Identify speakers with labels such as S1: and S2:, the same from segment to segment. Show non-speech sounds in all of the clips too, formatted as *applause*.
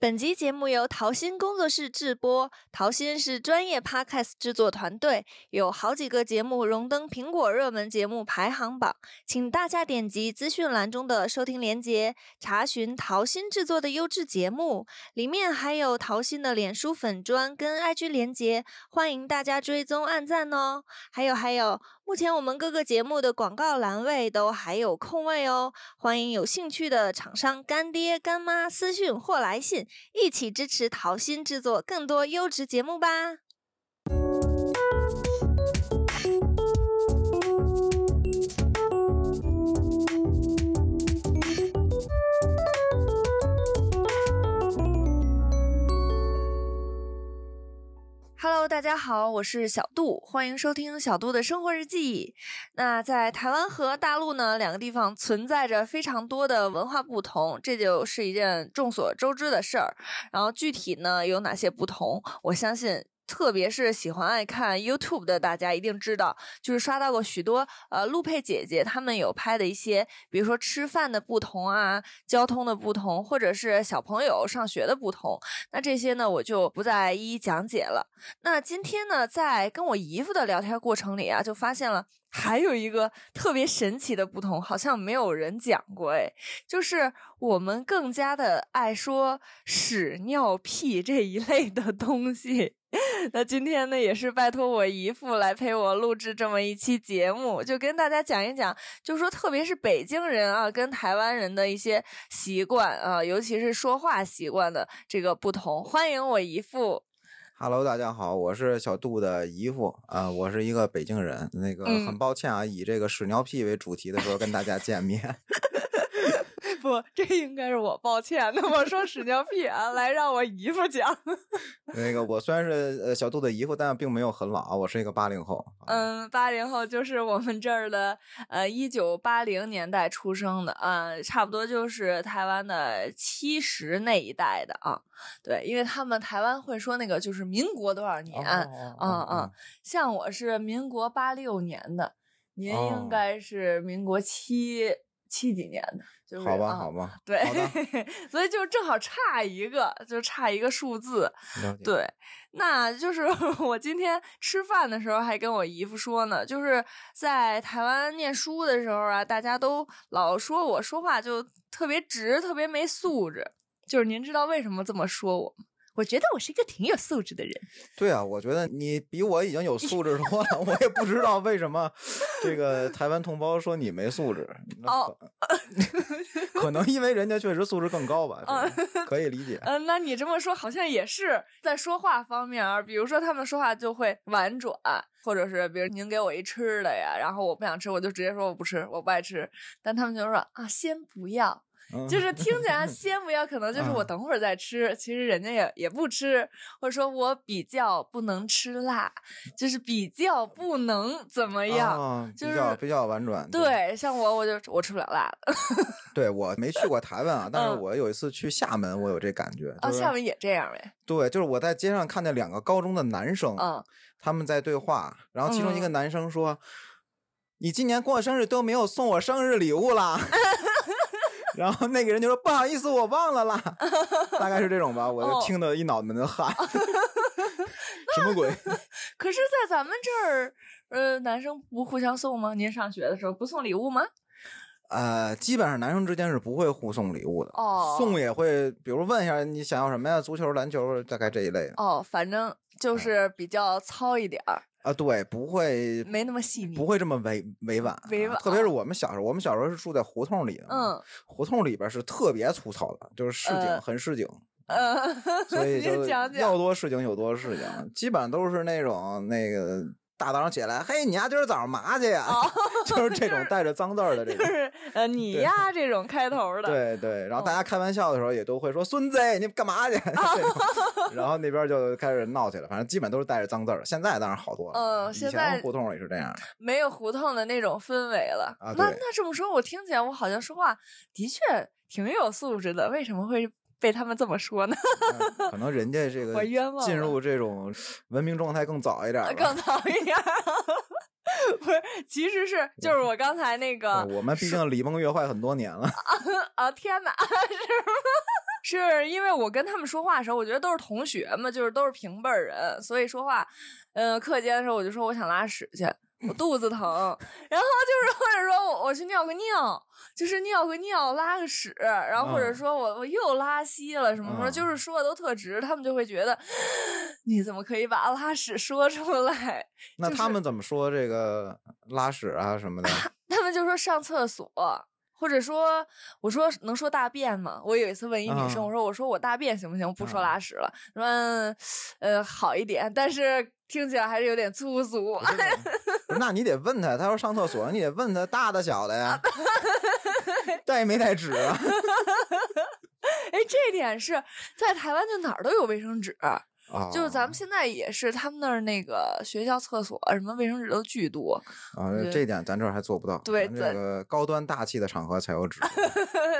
S1: 本集节目由桃心工作室制播，桃心是专业 podcast 制作团队，有好几个节目荣登苹果热门节目排行榜，请大家点击资讯栏中的收听链接，查询桃心制作的优质节目，里面还有桃心的脸书粉砖跟 IG 连接，欢迎大家追踪按赞哦。还有还有，目前我们各个节目的广告栏位都还有空位哦，欢迎有兴趣的厂商干爹干妈私讯或来信。一起支持桃心制作更多优质节目吧！Hello，大家好，我是小杜，欢迎收听小杜的生活日记。那在台湾和大陆呢，两个地方存在着非常多的文化不同，这就是一件众所周知的事儿。然后具体呢有哪些不同，我相信。特别是喜欢爱看 YouTube 的大家一定知道，就是刷到过许多呃陆佩姐姐她们有拍的一些，比如说吃饭的不同啊、交通的不同，或者是小朋友上学的不同。那这些呢，我就不再一一讲解了。那今天呢，在跟我姨夫的聊天过程里啊，就发现了还有一个特别神奇的不同，好像没有人讲过哎，就是我们更加的爱说屎尿屁这一类的东西。那今天呢，也是拜托我姨父来陪我录制这么一期节目，就跟大家讲一讲，就说特别是北京人啊，跟台湾人的一些习惯啊，尤其是说话习惯的这个不同。欢迎我姨父。
S2: Hello，大家好，我是小杜的姨父啊、我是一个北京人。那个
S1: 嗯
S2: 很抱歉啊，以这个屎尿屁为主题的时候跟大家见面。 *laughs*
S1: 不，这应该是我抱歉的。我说屎尿屁啊，来让我姨父讲。 *laughs*
S2: 那个我虽然是呃小杜的姨父，但并没有很老啊，我是一个八零后。，
S1: 嗯，八零后就是我们这儿的，呃，一九八零年代出生的，呃，差不多就是台湾的七十那一代的啊。对，因为他们台湾会说那个就是民国多少年，
S2: 哦
S1: 嗯嗯，像我是民国八六年的，您
S2: 哦
S1: 应该是民国七、七几年的，就是
S2: 好吧
S1: 啊
S2: 好吧，
S1: 对
S2: 好的，
S1: *laughs* 所以就正好差一个，就差一个数字。
S2: 了解。
S1: 对，那就是 *laughs* 我今天吃饭的时候还跟我姨夫说呢，就是在台湾念书的时候啊，大家都老说我说话就特别直，特别没素质。就是您知道为什么这么说我吗？我觉得我是一个挺有素质的人。
S2: 对啊，我觉得你比我已经有素质多了， *laughs* 我也不知道为什么这个台湾同胞说你没素质。
S1: 哦，
S2: 可能因为人家确实素质更高
S1: *laughs*
S2: 吧，
S1: 嗯
S2: 这个可以理解。
S1: 嗯，那你这么说好像也是在说话方面啊，比如说他们说话就会婉转，或者是比如您给我一吃的呀，然后我不想吃，我就直接说我不吃，我不爱吃，但他们就说啊，先不要，
S2: 嗯
S1: 就是听起来先不要，可能就是我
S2: 嗯
S1: 等会儿再吃，其实人家也也不吃，或者说我比较不能吃辣，就是比较不能怎么样。
S2: 啊
S1: 就
S2: 比较
S1: 是
S2: 比较婉转。
S1: 对，像我我就我吃不了辣的，
S2: 对，我没去过台湾啊，但是
S1: 嗯
S2: 我有一次去厦门，我有这感觉。
S1: 啊，
S2: 就是
S1: 厦门也这样呗，
S2: 对，就是我在街上看见两个高中的男生，
S1: 嗯，
S2: 他们在对话，然后其中一个
S1: 嗯
S2: 男生说：“你今年过生日都没有送我生日礼物
S1: *laughs*
S2: 啦。”然后那个人就说：“不好意思，我忘
S1: *laughs*
S2: 了啦。”大概是这种吧，我
S1: 哦
S2: 就听得一脑门的汗，什么鬼？ *laughs*
S1: 可是，在咱们这儿，呃，男生不互相送吗？您上学的时候不送礼物吗？
S2: 呃，基本上男生之间是不会互送礼物的，
S1: 哦
S2: 送也会，比如问一下你想要什么呀，足球、篮球，大概这一类的
S1: 哦，反正
S2: 嗯
S1: 就是比较糙一点儿，
S2: 啊，对，不会
S1: 没那么细腻。
S2: 不会这么委委婉啊，
S1: 嗯委婉
S2: 特别是我们小时候，我们小时候是住在胡同里的，， *laughs*
S1: 嗯，
S2: 胡同里边是特别粗糙的，就是市井、
S1: 呃
S2: 很市井，啊
S1: 呃，
S2: 所以就
S1: 您
S2: 是
S1: 讲
S2: 要
S1: 讲，
S2: 多市井有多市井，基本上都是那种那个大早上起来，嘿，你丫今儿早上嘛去呀？
S1: 哦
S2: *laughs* 就是这种带着脏字儿的这
S1: *laughs* 就
S2: 种。
S1: 是呃你呀这种开头的，
S2: 对对，
S1: 哦
S2: 然后大家开玩笑的时候也都会说“孙子，你干嘛去？”
S1: *laughs*
S2: *laughs* 这种然后那边就开始闹起来，反正基本都是带着脏字儿。现在当然好多了，
S1: 嗯
S2: 以
S1: 现
S2: 前
S1: 在
S2: 胡同里是这样的。
S1: 没有胡同的那种氛围了。
S2: 啊
S1: 那
S2: 对
S1: 那这么说，我听起来我好像说话的确挺有素质的，为什么会被他们这么说呢？
S2: 嗯可能人家这
S1: *laughs* 我
S2: 个
S1: 冤枉了啊
S2: 进入这种文明状态更早一点儿
S1: *laughs*
S2: 吧。
S1: 更讨厌。不是，其实是就是我刚
S2: 呃
S1: 才那个
S2: 对我们毕竟礼崩乐坏很多年了，
S1: 啊！天哪，是吗？是因为我跟他们说话的时候，我觉得都是同学嘛，就是都是平辈儿人，所以说话，呃，课间的时候我就说我想拉屎去，我肚子疼，然后就是或者说我我去尿个尿，就是尿个尿拉个屎，然后或者
S2: 嗯
S1: 说我我又拉稀了什么什么，
S2: 嗯
S1: 就是说的都特直，他们就会觉得 *gasps* 你怎么可以把拉屎说出来？
S2: 那
S1: 就
S2: 他
S1: 是
S2: 们怎么说这个拉屎啊什
S1: *laughs*
S2: 么的？
S1: 他们就说上厕所，或者说我说能说大便吗？我有一次问一女生，
S2: 啊
S1: 我说我说我大便行不行？不说
S2: 啊
S1: 拉屎了，她说嗯呃好一点，但是听起来还是有点粗俗 *laughs*
S2: 不。是不是那你得问他，他要上厕所，你得问他大的小的
S1: *laughs*
S2: 呀，带没带纸啊？
S1: 哎，这点是在台湾就哪儿都有卫生纸，
S2: 啊，
S1: 就是咱们现在也是他们那儿那个学校厕所什么卫生纸都巨多， *laughs*
S2: 啊，
S1: 对
S2: 这点咱这儿还做不到，
S1: 对
S2: 咱
S1: 咱
S2: 这个高端大气的场合才
S1: *laughs*
S2: 有纸啊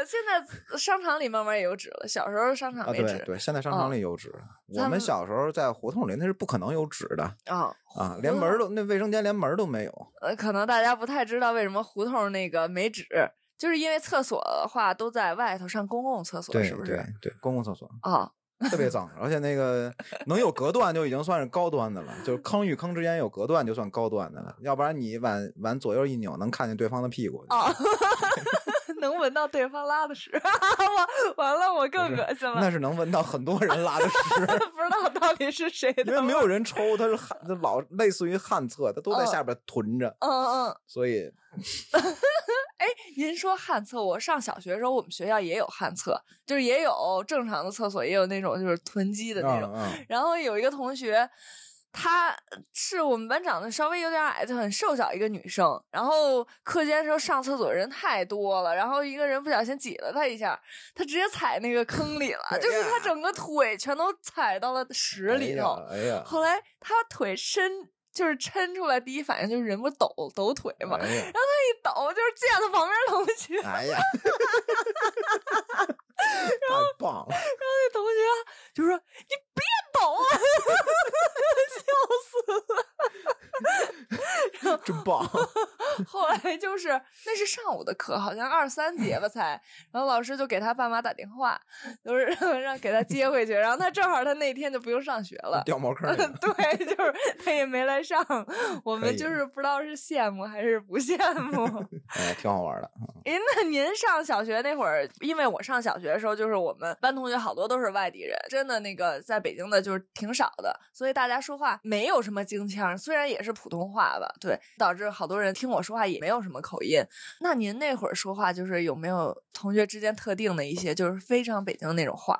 S1: 现在商场里慢慢也有纸了，小时候商场
S2: 啊，
S1: 没
S2: 对
S1: 纸
S2: 对，现在商
S1: 哦
S2: 场里有纸，
S1: 咱
S2: 我
S1: 们
S2: 们小时候在胡同里那是不可能有纸的
S1: 啊，
S2: 啊，连门儿都那卫生间连门儿都没有，
S1: 呃，可能大家不太知道为什么胡同那个没纸，就是因为厕所的话都在外头上公共厕所，
S2: 对
S1: 是不是
S2: 对？对，公共厕 *laughs* 所
S1: 啊，
S2: 特别脏，而且那 *laughs* 个能有隔断就已经算是高端的了，就是坑与坑之间有隔断就算高端的了，要不然你往往左右一扭能看见对方的屁股。
S1: 哦 *laughs* 能闻到对方拉的屎， *laughs* 我完了，我更
S2: 不是
S1: 恶心了
S2: 那，是能闻到很多人拉的
S1: *laughs*
S2: 屎，
S1: 不知道到底是谁
S2: 因
S1: 的。
S2: 为没有人抽，它是旱，它老类似于旱厕，它都
S1: 哦
S2: 在下边囤着，
S1: 嗯嗯，
S2: 所以
S1: 您说旱厕，我上小学的时候，我们学校也有旱厕，就是也有正常的厕所，也有那种就是囤积的那种。
S2: 嗯嗯
S1: 然后有一个同学，她是我们班长得稍微有点矮，就很瘦小一个女生。然后课间的时候上厕所人太多了，然后一个人不小心挤了她一下，她直接踩那个坑里
S2: 哎
S1: 了，就是她整个腿全都踩到了屎里头。
S2: 哎呀，
S1: 后来她腿伸。就是抻出来，第一反应就是人不抖抖腿嘛，
S2: 哎呀，
S1: 一抖就是溅到旁边同学，
S2: 哎
S1: *laughs*
S2: 呀，太棒了！
S1: 那同学就说：“你别抖啊！”笑死了。
S2: 真棒！。
S1: 后来就是那是上午的课，好像二三节吧才，然后老师就给他爸妈打电话，就是 *laughs* 让让给他接回去，然后他正好他那天就不用上学了
S2: 掉茅坑里了。
S1: *laughs* 对，就是他也没来上，我
S2: 可
S1: 们
S2: 以
S1: 就是不知道是羡慕还是不羡慕。
S2: 哎，挺好玩的。
S1: 诶，那您上小学那会儿，因为我上小学的时候，就是我们班同学好多都是外地人，真的那个在北京的就是挺少的，所以大家说话没有什么京腔儿，虽然也是普通话吧，对，导致好多人听我说话也没有什么口音。那您那会儿说话，就是有没有同学之间特定的一些，就是非常北京的那种话？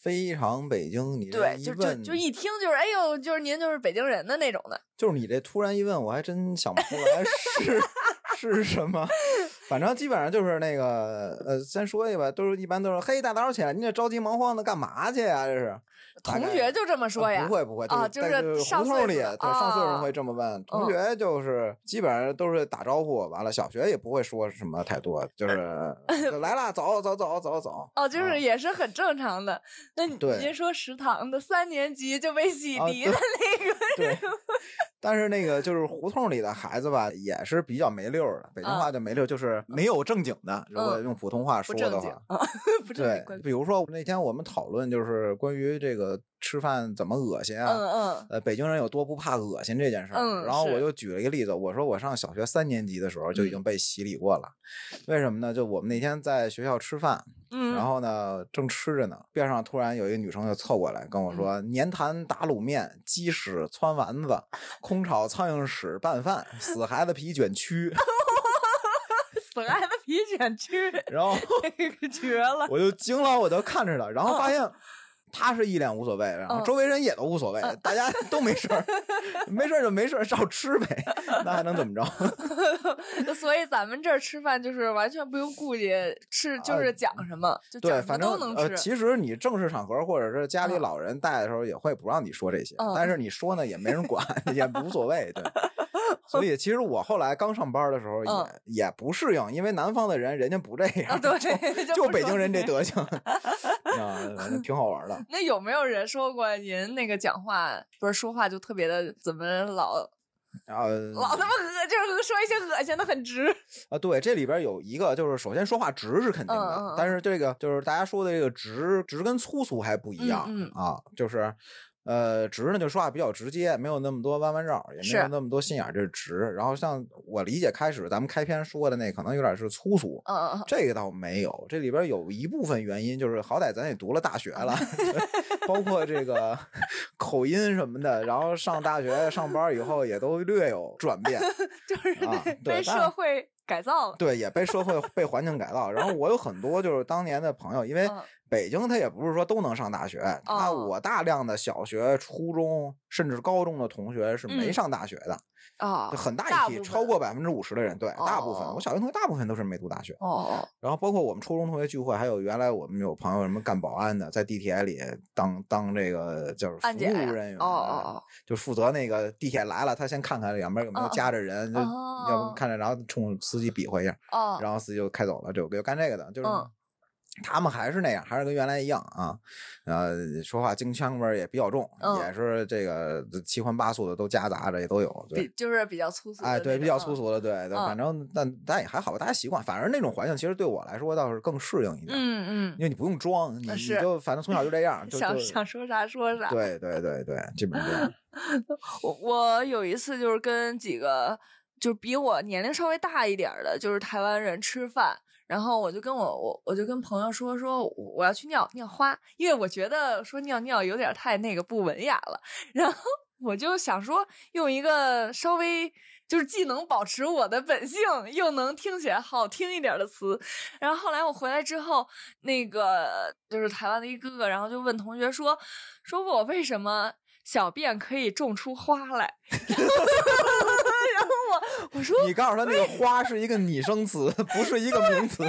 S2: 非常北京，你这
S1: 对，
S2: 一
S1: 就就
S2: 问
S1: 就一听就是，哎呦，就是您就是北京人的那种的。
S2: 就是你这突然一问，我还真想不出来
S1: *laughs*
S2: 是是什么。反正基本上就是那个呃，先说一吧，都是一般都是嘿，大早上起来，你这着急忙慌的干嘛去呀、这是大
S1: 同
S2: 概呃哦
S1: 学就这么说呀？
S2: 不会不会
S1: 啊
S2: 就是
S1: 就是
S2: 在这
S1: 上
S2: 胡
S1: 岁
S2: 同里，
S1: 数
S2: 对
S1: 的
S2: 上岁数
S1: 啊
S2: 人会这么问。同学就是基本上都是打招呼，完了小学也不会说什么太多，就是
S1: *laughs*
S2: 就来啦，走走走走走。
S1: 哦，就
S2: 啊
S1: 是也是很正常的。那你
S2: 对
S1: 您说食堂的三年级就被洗
S2: 啊
S1: 涤的那个， *laughs*
S2: 对，但是那个就是胡同里的孩子吧，也是比较没溜儿的。北京
S1: 啊
S2: 话叫没溜儿，就是没有正经的。如果
S1: 嗯
S2: 用普通话
S1: 不
S2: 说
S1: 正
S2: 的
S1: 经
S2: 话，
S1: 啊，
S2: *laughs*
S1: 不正
S2: 对
S1: 经关，系。
S2: 比如说那天我们讨论就是关于这个吃饭怎么恶心啊。
S1: 嗯嗯
S2: 呃，北京人有多不怕恶心这件事儿，
S1: 嗯
S2: 然后我
S1: 是嗯
S2: 就举了一个例子，我说我上小学三年级的时候就已经被洗礼过了，为什么呢？就我们那天在学校吃饭，
S1: 嗯，
S2: *laughs* 然后呢正吃着呢，边上突然有一个女生就凑过来
S1: 嗯
S2: 跟我说：“粘痰打卤面，鸡屎汆丸子，空炒苍蝇屎拌饭，死孩子皮卷蛆。
S1: 死孩子皮卷 *laughs* 吃，”
S2: *laughs* 然后
S1: 这个绝了。
S2: 我就惊了，我就看着他，然后发现他是一脸无所谓，然后
S1: 嗯
S2: 周围人也都无所谓，大家都没事儿，没事儿就没事儿，照吃呗，那还能怎么着？
S1: *laughs* 所以咱们这儿吃饭就是完全不用顾忌吃，就
S2: 啊
S1: 是讲什么就讲什
S2: 对，
S1: 么
S2: 反
S1: 都
S2: 正
S1: 能
S2: 呃，
S1: 吃。
S2: 其实你正式场合或者是家里
S1: 嗯
S2: 老人带的时候，也会不让你说这些，
S1: 嗯
S2: 但是你说呢，也没人管， *laughs* 也无所谓，
S1: *laughs*
S2: 对。所以其实我后来刚上班的时候也、
S1: 嗯
S2: 也不适应，因为南方的人人家不这样，
S1: 啊，对，就
S2: *laughs* 就
S1: 不
S2: 北
S1: 说
S2: 京人这
S1: 你。
S2: 德行 *laughs* 啊，挺好玩的。
S1: 那有没有人说过您那个讲话不是说话就特别的怎么老
S2: 然后
S1: *laughs* 老他妈恶，就是说一些恶心的，很直。
S2: 啊，对，这里边有一个就是，首先说话直是肯定的，
S1: 嗯嗯嗯
S2: 但是这个就是大家说的这个直直跟粗俗还不一样、
S1: 嗯
S2: 啊，就是呃直呢就说话比较直接，没有那么多弯弯绕，也没有
S1: 是
S2: 那么多心眼儿，这是直。然后像我理解开始咱们开篇说的那可能有点是粗俗。
S1: 嗯嗯，嗯
S2: 这个倒没有，这里边有一部分原因就是，好歹咱也读了大学了， *laughs* 包括这个口音什么的，然后上大学上班以后也都略有转变，
S1: 就是
S2: 啊
S1: 被
S2: 对
S1: 被
S2: 但
S1: 社会改造了。
S2: 对，也被社会被环境改造。然后我有很多就是当年的朋友，因为
S1: 嗯
S2: 北京它也不是说都能上大学，那
S1: 哦
S2: 我大量的小学、初中甚至高中的同学是没
S1: 嗯
S2: 上大学的，
S1: 啊
S2: 就，很
S1: 大
S2: 大一批，
S1: 部
S2: 超
S1: 分
S2: 过百分之五十的人，对，大部分
S1: 哦
S2: 我小学同学大部分都是没读大学。
S1: 哦，
S2: 然后包括我们初中同学聚会，还有原来我们有朋友什么干保安的，在地铁里当当这个就是服
S1: 安检呀
S2: 务人员，啊
S1: 哦哦
S2: 就负责那个地铁来了，他先看看两边有没有
S1: 哦哦
S2: 夹着人，就
S1: 哦
S2: 要不看着，然后冲司机比划一下。
S1: 哦哦，
S2: 然后司机就开走了，就就干这个的，就是
S1: 嗯
S2: 他们还是那样，还是跟原来一样啊，呃，说话京腔味儿也比较重，
S1: 嗯
S2: 也是这个七荤八素的都夹杂着，也都有，
S1: 比
S2: 对，
S1: 就是比较粗俗的那
S2: 哎，
S1: 种，
S2: 对，比较粗
S1: 嗯。
S2: 俗的，对，对
S1: 嗯
S2: 反正但但也还好吧，大家习惯，反正那种环境其实对我来说倒是更适应一点，
S1: 嗯
S2: 因为你不用装，你
S1: 呃
S2: 你
S1: 是
S2: 就反正从小就这样，
S1: 嗯，
S2: 就
S1: 想
S2: 就
S1: 想说啥说啥。
S2: 对对对对，基本上
S1: *laughs*
S2: 这样，
S1: 我我有一次就是跟几个就是比我年龄稍微大一点儿的，就是台湾人吃饭，然后我就跟我我我就跟朋友说说我我要去尿尿花，因为我觉得说尿尿有点儿太那个不文雅了，然后我就想说用一个稍微。就是既能保持我的本性，又能听起来好听一点儿的词。然后后来我回来之后，那个就是台湾的一哥哥，然后就问同学说，说我为什么小便可以种出花来？ *laughs* 然后我我说
S2: 你告诉他那个花是一个拟声词，不是一个
S1: *laughs*
S2: 名词，
S1: 我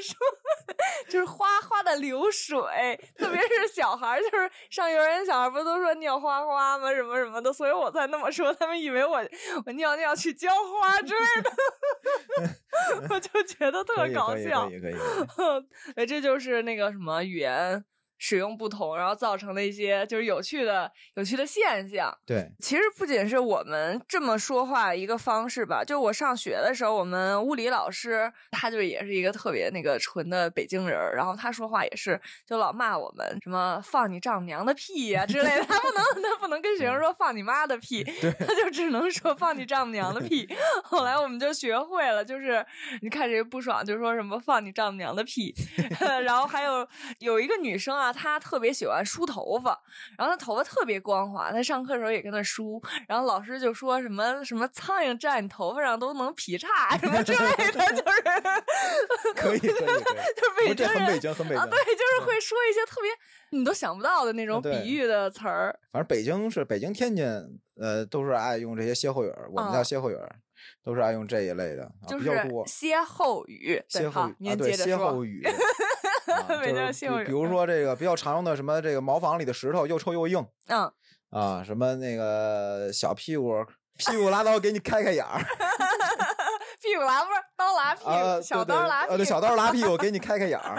S1: 说，就是哗哗的流水，特别是小孩儿，就是上幼儿园小孩儿不都说尿花花吗？什么什么的，所以我才那么说，他们以为我我尿尿去浇花之类的， *laughs* 我就觉得特
S2: 可以
S1: 搞
S2: 可以
S1: 笑
S2: 可。以可以，可以
S1: 哎，这就是那个什么语言使用不同，然后造成的一些就是有趣的有趣的现象。
S2: 对。
S1: 其实不仅是我们这么说话一个方式吧，就我上学的时候，我们物理老师他就也是一个特别那个纯的北京人儿，然后他说话也是就老骂我们什么放你丈母娘的屁呀、之类的， *laughs* 他不能他不能跟学生说放你妈的屁，他就只能说放你丈母娘的屁。后来我们就学会了，就是你看谁不爽就说什么放你丈母娘的屁， *laughs* 然后还有有一个女生啊，她特别喜欢梳头发，然后她头发特别光滑，她上课的时候也跟那梳，然后老师就说什么什么苍蝇站你头发上都能劈叉什么之类的，就是
S2: 可以可以可
S1: 就是北
S2: 以，不这
S1: 京
S2: 很北
S1: 人。
S2: 京，很北
S1: 啊，
S2: 京。
S1: 对，就是会说一些特别你都想不到的那种
S2: 嗯对
S1: 比喻的词儿。
S2: 反正北京是北京、天津，呃，都是爱用这些歇后语儿，我们叫
S1: 啊
S2: 歇后语儿，都是爱用这一类的，啊
S1: 就
S2: 比
S1: 是
S2: 较多。
S1: 歇后语。对
S2: 歇后
S1: 好
S2: 语啊，
S1: 您
S2: 对，
S1: 接着
S2: 歇
S1: 说。 *laughs*
S2: 后语。啊
S1: 北京
S2: 就是
S1: 的歇后
S2: 比
S1: 语
S2: 比如
S1: 嗯
S2: 说这个比较常用的什么，这个茅房里的石头又臭又硬
S1: 嗯，
S2: 啊，什么那个小屁股屁股拉刀给你开开眼儿
S1: 屁股拉不是刀拉屁股，
S2: 啊，
S1: 小
S2: 对对
S1: 刀拉屁股。
S2: 呃，对，小刀拉屁股给
S1: *laughs*
S2: 你开开眼儿，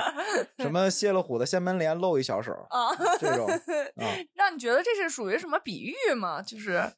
S2: 什么泄了虎的掀门帘露一小手儿
S1: *laughs* 啊，
S2: 这种啊，
S1: 让你觉得这是属于什么比喻吗？就是也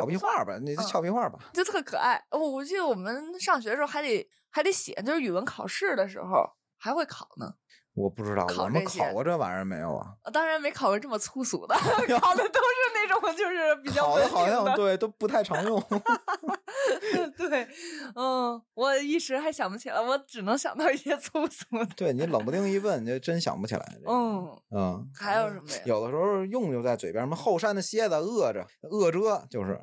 S2: 俏皮
S1: 不算
S2: 话儿吧，你
S1: 嗯
S2: 就俏皮话儿吧，
S1: 就特可爱。我我记得我们上学的时候还得还得写，就是语文考试的时候还会考呢。
S2: 我不知道，
S1: 考
S2: 我们
S1: 这些
S2: 考过这玩意儿没有啊？
S1: 呃当然没考过这么粗俗的，考的都是那种就是比较
S2: 考
S1: 文
S2: 的好
S1: 明
S2: 像
S1: 的。
S2: 对都不太常用。 *laughs*
S1: 对，嗯，我一时还想不起来，我只能想到一些粗俗的。
S2: 对你冷不丁一问，你就真想不起来。这个，
S1: 嗯，
S2: 嗯，
S1: 还有什么呀？
S2: 有的时候用就在嘴边，什么后山的蝎子饿着饿着，就是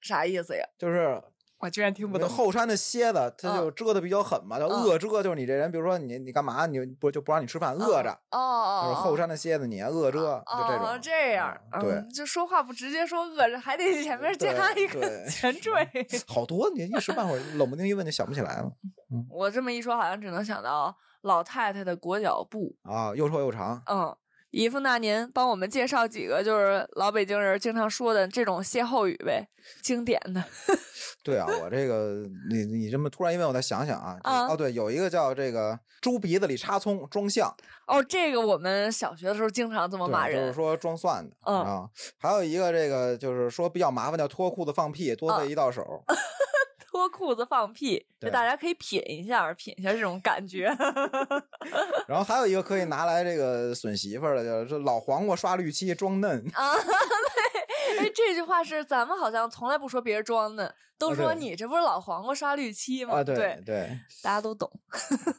S1: 啥意思呀？
S2: 就是
S1: 我居然听不
S2: 那
S1: 懂。
S2: 后山的蝎子，它就蛰的比较狠嘛，叫
S1: 嗯
S2: 饿着，就是你这人，比如说你你干嘛，你不就不让你吃饭，饿着，
S1: 哦哦，
S2: 就是
S1: 哦
S2: 后。山的蝎子，你饿着，就这
S1: 哦
S2: 种，。
S1: 这样，
S2: 嗯对
S1: 嗯，就说话不直接说饿着，还得前面
S2: 对
S1: 加一个
S2: 对
S1: 前缀。 *laughs*
S2: 好多你一时半会儿冷不丁一问就想不起来了
S1: 我这么一说，好像只能想到老太太的裹脚布，
S2: 啊，又臭又长，
S1: 嗯，姨夫那您帮我们介绍几个就是老北京人经常说的这种歇后语呗，经典的。
S2: 对啊，我这个你你这么突然一问，我再想想啊。
S1: 啊
S2: 哦，对，有一个叫这个猪鼻子里插葱装蒜，
S1: 哦，这个我们小学的时候经常这么
S2: 对
S1: 骂
S2: 就
S1: 人
S2: 是。说装蒜的
S1: 嗯
S2: 啊。还有一个这个就是说比较麻烦，叫脱裤子放屁，多
S1: 嗯
S2: 费一道手。
S1: *laughs* 脱裤子放屁，就
S2: 对
S1: 大家可以品一下，品一下这种感觉。 *laughs* 哎
S2: 然后还有一个可以拿来这个损媳妇儿的，就是说老黄瓜刷绿漆装嫩。
S1: 哎，这句话是咱们好像从来不说别人装的，都
S2: 啊
S1: 说
S2: 对
S1: 你这不是老黄瓜刷绿漆吗？
S2: 啊，对对
S1: 大家都懂。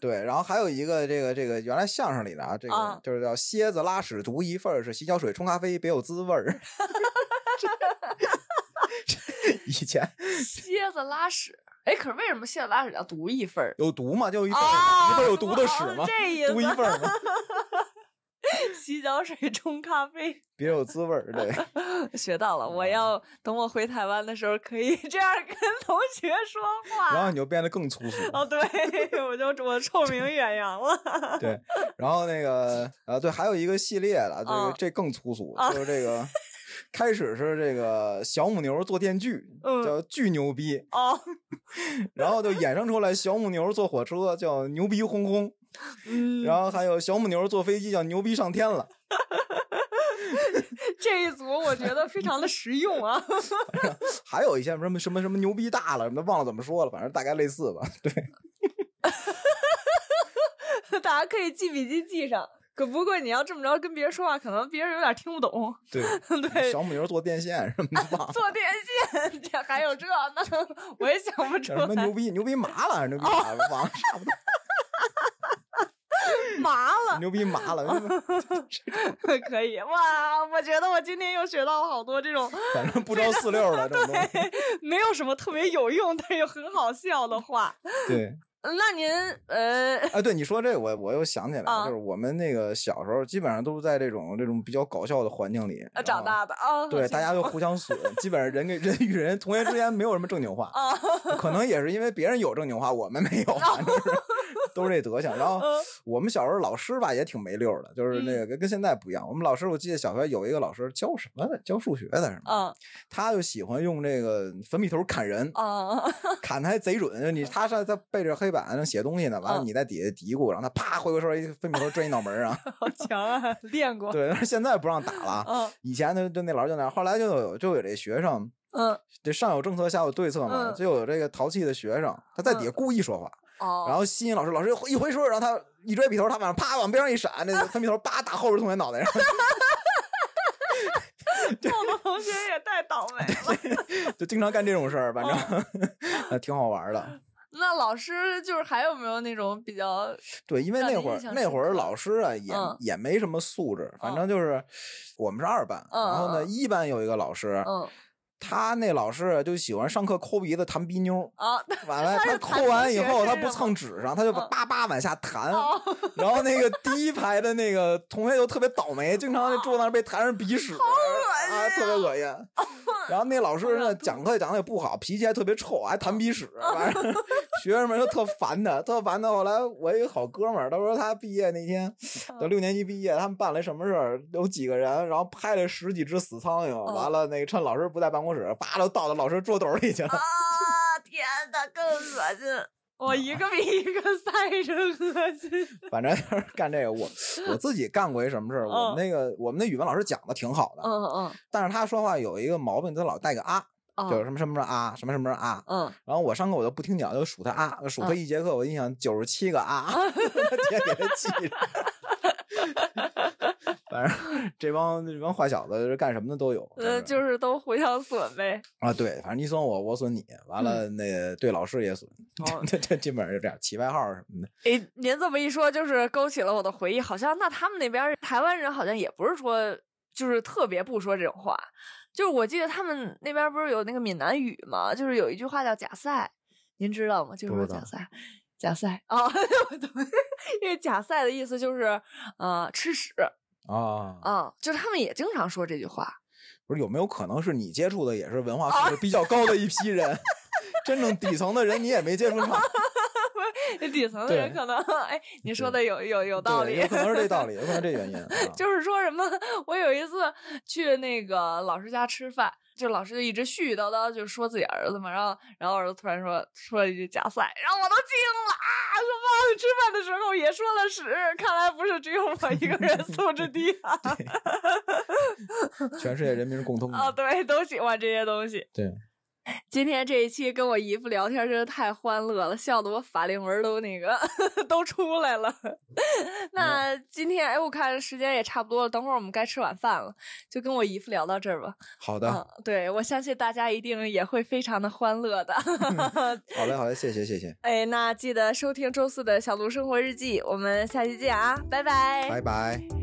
S2: 对，然后还有一个这个这个原来相声里的啊，这
S1: 啊
S2: 个就是叫蝎子拉屎独一份儿，是洗脚水冲咖啡别有滋味儿。 *laughs* 这这以前
S1: 蝎子拉屎，哎，可是为什么蝎子拉屎要独一份儿？
S2: 有毒嘛，就一份儿
S1: 啊，
S2: 一份儿有毒的屎
S1: 哦
S2: 嘛，
S1: 这意
S2: 独一
S1: 思。 *laughs*
S2: 份儿嘛，
S1: 洗脚水冲咖啡，
S2: 别有滋味儿。
S1: *laughs*
S2: 对，
S1: 学到了。
S2: 嗯
S1: 我要等我回台湾的时候，可以 *laughs* 这样跟同学说
S2: 然后
S1: 话。
S2: 你就变得更粗俗。
S1: 哦，对，我就我臭名远扬了。
S2: 对，然后那个呃，对，还有一个系列的，这
S1: 啊
S2: 个这更粗俗
S1: 啊，
S2: 就是
S1: *laughs*
S2: 这个开始是这个小母牛做电锯，
S1: 嗯
S2: 叫巨牛逼，
S1: 哦，
S2: 然后就衍生出来小母牛坐火车叫牛逼轰轰，
S1: 嗯，
S2: 然后还有小母牛坐飞机叫牛逼上天了。
S1: 这一组我觉得非常的实用啊。 *laughs*
S2: 还有一些什么什么什么牛逼大了什么的，忘了怎么说了，反正大概类似吧。 *laughs* 对，
S1: 大家可以记笔记记上。可不过你要这么着跟别人说话，可能别人有点听不懂。
S2: 对
S1: 对哎
S2: 小母牛坐电线什么的，忘了。
S1: 坐电线，这还有这那，我也想不出
S2: 叫什么
S1: 来
S2: 牛。逼牛逼麻了，还是牛逼
S1: *laughs*
S2: 麻了，忘了差不多。
S1: 麻了，
S2: 牛逼麻
S1: 哦
S2: 了，
S1: 可以哇！我觉得我今天又学到了好多这种
S2: 反正不着四六了，这种
S1: *laughs*
S2: 东西。
S1: 没有什么特别有用，但又很好笑的话。
S2: 对，
S1: 嗯那您呃，
S2: 哎，对你说这我我又想起来
S1: 啊
S2: 了，就是我们那个小时候基本上都是在这种这种比较搞笑的环境里然
S1: 长
S2: 后
S1: 大的啊，
S2: 哦对，大家都互相损，基本上人跟人与人同学之间没有什么正经话，
S1: 啊，
S2: 可能也是因为别人有正经话，我们没有，反正是都是这德行。然后
S1: 哦嗯
S2: 我们小时候老师吧也挺没溜儿的，就是那
S1: 嗯
S2: 个跟跟现在不一样。我们老师我记得小学有一个老师教什么的，教数学的是吗？
S1: 啊
S2: 他就喜欢用这个粉笔头砍人，
S1: 啊
S2: 砍的还贼准。就你他上他背着黑板上写东西呢，完了
S1: 嗯
S2: 你在底下嘀咕，然后他啪回过头来一粉笔头拽你脑
S1: *laughs*
S2: 门儿上。
S1: 好强啊！练过，
S2: 对，但是现在不让打了啊。
S1: 嗯
S2: 以前呢，就那老师就那样，后来就有就有这学生，
S1: 嗯
S2: 这上有政策，下有对策嘛，
S1: 嗯
S2: 就有这个淘气的学生，他在底下故意说话，
S1: 哦， *laughs*
S2: 然后吸引老师，老师一回手，然后他一拽笔头，他往上啪往边上一闪，那
S1: 嗯
S2: 个粉笔头叭打后边同学脑袋上， *laughs*
S1: 后的同学也太倒霉了。
S2: 就经常干这种事儿，反正、
S1: 哦
S2: *laughs* 呃挺好玩的。
S1: *laughs* 那老师就是还有没有那种比较
S2: 对，因为
S1: 让
S2: 那
S1: 人
S2: 会儿
S1: 印象
S2: 那
S1: 深
S2: 会儿
S1: 刻
S2: 老师啊也、
S1: 嗯
S2: 也没什么素质，反
S1: 嗯
S2: 正就是我们是二班，然后
S1: 嗯
S2: 呢
S1: 嗯
S2: 一班有一个老师，
S1: 嗯
S2: 他那老师就喜欢上课抠鼻子弹鼻妞儿。
S1: 啊？
S2: 完了，
S1: 他
S2: 他
S1: 是弹
S2: 抠完
S1: 同
S2: 以
S1: 学
S2: 后，他
S1: 是
S2: 不
S1: 吗
S2: 蹭纸上，他就
S1: 嗯
S2: 叭叭往下弹，
S1: 哦，
S2: 然后那个第一排的那个同学就特别倒霉，经常在桌子那儿被弹上鼻屎，啊，特别恶 *laughs* 心。然后那老师
S1: 好
S2: 呢，
S1: 想吐
S2: 讲课也讲的也不好，脾气还特别臭，还弹鼻屎，反 *laughs* 正学生们就特烦他，特烦他。后来我一个好哥们儿，他说他毕业那天，就六年级毕业，他们办了什么事儿？有几个人，然后拍了十几只死苍蝇，完了那个趁老师不在办公室，叭就倒到老师桌斗里去了。
S1: 啊！天哪，更恶心！我一个比一个赛着恶心。
S2: 反正就是干这个，我我自己干过一什么事儿？我
S1: 嗯
S2: 们那个我们那语文老师讲的挺好的，
S1: 嗯嗯
S2: 但是他说话有一个毛病，他老带个啊，
S1: 啊
S2: 就是什么什么什么啊，什么什么啊。
S1: 嗯，
S2: 然后我上课我就不听讲，就数他啊，就数他
S1: 嗯
S2: 一节课，我印象九十七个
S1: *laughs*
S2: 啊，我天给他气着。反正 *laughs* 这帮这帮坏小子是干什么的都有，
S1: 呃，就是是都互相损呗。
S2: 啊，对，反正你损我，我损你，完了那个对老师也损，
S1: 嗯
S2: *laughs*
S1: 哦
S2: 这这基本上就这样，起外号什么的。
S1: 诶，您这么一说，就是勾起了我的回忆。好像那他们那边儿台湾人好像也不是说就是特别不说这种话，就是我记得他们那边儿不是有那个闽南语嘛，就是有一句话叫“假赛”，您知道吗？就是
S2: 不
S1: 说
S2: 知
S1: 假
S2: 道
S1: 赛。假赛啊， *laughs* 我懂，因为假赛的意思就是，呃，吃屎
S2: 啊，
S1: 啊，就是他们也经常说这句话。
S2: 不是有没有可能是你接触的也是文
S1: 哦
S2: *laughs* 化素质比较高的一批人，真正底层的人你也没接触上，
S1: *laughs* 底层的人
S2: 对
S1: 可能，哎，你说的有有有道
S2: 对
S1: 理
S2: 有。可能是这道理，有可能是这
S1: *laughs*
S2: 原因。啊
S1: 就是说什么，我有一次去那个老师家吃饭，就老师就一直絮絮叨叨，就说自己儿子嘛，然后然后儿子突然说说了一句夹赛，然后我都惊了啊！说妈，吃饭的时候也说了屎，看来不是只有我一个人 *laughs* 素质低啊！
S2: 全世界人民是共通的。
S1: 啊，对，都喜欢这些东西。
S2: 对，
S1: 今天这一期跟我姨夫聊天真的太欢乐了，笑得我法令纹都那个 *laughs* 都出来了。那今天哎，我看时间也差不多了，等会儿我们该吃晚饭了，就跟我姨夫聊到这儿吧。
S2: 好的，
S1: 嗯，对，我相信大家一定也会非常的欢乐 *laughs* 的。
S2: 好嘞，好嘞，谢谢，谢谢，
S1: 哎，那记得收听周四的小鹿生活日记，我们下期见啊，拜拜
S2: 拜拜。